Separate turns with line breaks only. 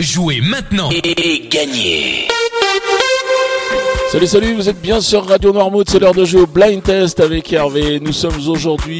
Jouez maintenant et gagnez
Salut, salut, vous êtes bien sur Radio Noirmouth, c'est l'heure de jouer au Blind Test avec Hervé. Nous sommes aujourd'hui